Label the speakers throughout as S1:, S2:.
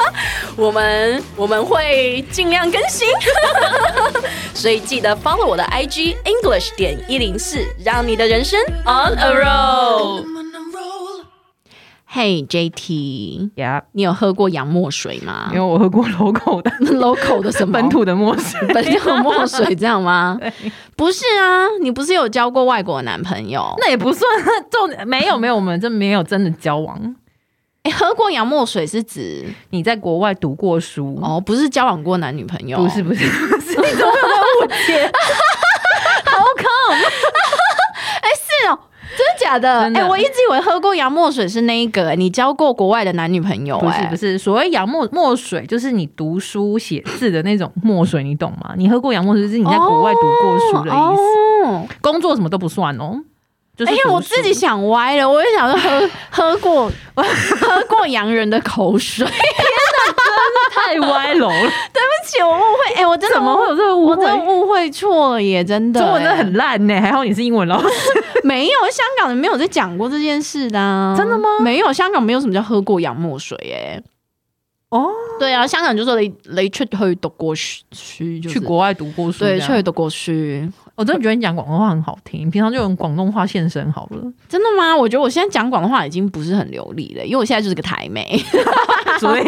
S1: 我们我们会尽量更新， 所以记得 follow 我的 IG English 点一零四，让你的人生 on a roll。Hey JT，
S2: 呀、
S1: 你有喝过洋墨水吗
S2: 因为我喝过 logo 的
S1: ？local 的什么
S2: 本土的墨水，
S1: 本土墨水这样吗？不是啊，你不是有交过外国男朋友？
S2: 那也不算。啊重点没有没有，我们这没有真的交往。
S1: 诶喝过洋墨水是指
S2: 你在国外读过书？
S1: 哦，不是交往过男女朋友，
S2: 不是不是，不是你怎么有误 解？
S1: 是哦，真的假的？
S2: 真的
S1: 哎、我一直以为喝过洋墨水是那一个、哎你交过国外的男女朋友、
S2: 不
S1: 哎
S2: 是不是，所谓洋墨墨水就是你读书写字的那种墨水，你懂吗？你喝过洋墨水，就是你在国外读过书的意思，
S1: 哦
S2: 工作什么都不算哦。就是
S1: 哎
S2: 读
S1: 呀
S2: 书、，
S1: 我自己想歪了，我也想说喝 喝过喝过洋人的口 水，对
S2: 太歪 楼了，
S1: 不起，我误会，哎、我真的
S2: 怎么会有这个误
S1: 我
S2: 会
S1: 真？的误会错了耶，真的、
S2: 中文真的很烂呢、还好你是英文老师。
S1: 哎没有，香港人没有在讲过这件事的啊、
S2: 真的吗
S1: 没有，香港没有什么叫喝过洋墨水、哎，
S2: 哦，
S1: 对啊，香港就说你你出去读过书，就是
S2: 去国外读过书，
S1: 对，
S2: 这
S1: 出
S2: 样
S1: 去读过书，
S2: 我真的觉得你讲广东话很好听，你平常就用广东话现身好 了。
S1: 真的吗？我觉得我现在讲广东话已经不是很流利了，因为我现在就是个台妹。
S2: 所以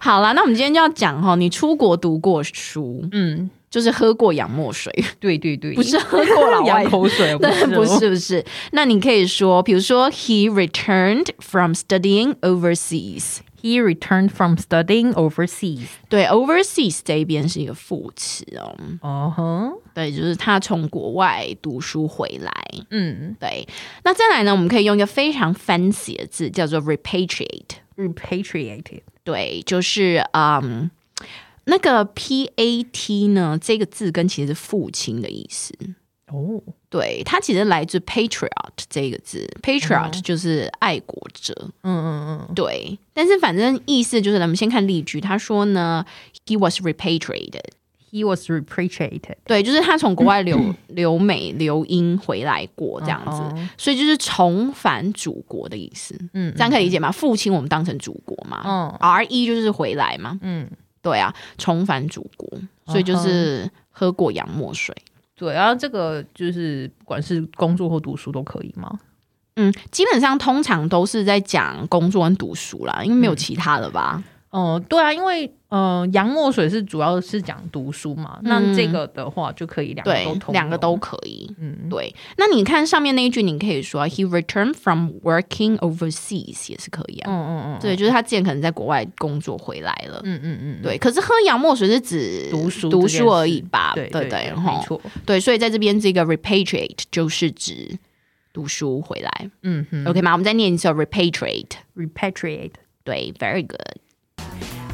S1: 好啦，那我们今天就要讲哈，你出国读过书，
S2: 嗯，
S1: 就是喝过洋墨水，
S2: 对对对，
S1: 不是喝过老外
S2: 洋。口 水，不是
S1: 对，
S2: 哦
S1: 不 是不是，那你可以说，比如说，He returned from studying overseas。
S2: He returned from studying overseas。
S1: 对，overseas 这一边是一个副词哦。
S2: 哦哼，
S1: 对，就是他从国外读书回来。
S2: 嗯
S1: 对，那再来呢，我们可以用一个非常 fancy 的字，叫做 repatriate。
S2: ，repatriated。
S1: 对，就是嗯，那个 P A T 呢，这个字根其实是父亲的意思。
S2: 哦，
S1: 对，它其实来自 patriot 这个字，patriot 就是爱国者。
S2: 嗯嗯嗯，
S1: 对，但是反正意思就是，咱们先看例句。他说呢，He was repatriated。
S2: He was repatriated。
S1: 对，就是他从国外留留美留英回来过这样子
S2: 嗯
S1: 所以就是重返祖国的意思。
S2: 嗯
S1: 这样可以理解吗？父亲我们当成祖国嘛、
S2: 嗯
S1: r E 就是回来嘛，
S2: 嗯，
S1: 对啊，重返祖国，所以就是喝过洋墨水。
S2: 对，然后这个就是不管是工作或读书都可以吗？
S1: 嗯，基本上通常都是在讲工作跟读书啦，因为没
S2: 嗯
S1: 有其他的吧。
S2: 哦、对啊，因为呃，洋墨水是主要是讲读书嘛，那这个的话就可以两
S1: 嗯
S2: 个
S1: 对
S2: 都，通，
S1: 两个都，可以。
S2: 嗯，
S1: 对，那你看上面那一句，你可以说 He returned from working overseas 也是可以啊。
S2: 嗯嗯嗯，
S1: 对，就是他之前可能在国外工作回来了。
S2: 嗯嗯嗯，
S1: 对，可是喝洋墨水是指
S2: 读书
S1: 读
S2: 这件
S1: 书而
S2: 事
S1: 已吧？
S2: 对
S1: 对
S2: 对对，
S1: 吼
S2: 没错，
S1: 对，所以在这边这个 repatriate 就是指读书回来、
S2: 嗯哼
S1: o k 吗？我们再念一次哦 repatriate。
S2: ，repatriate。
S1: 对，very good。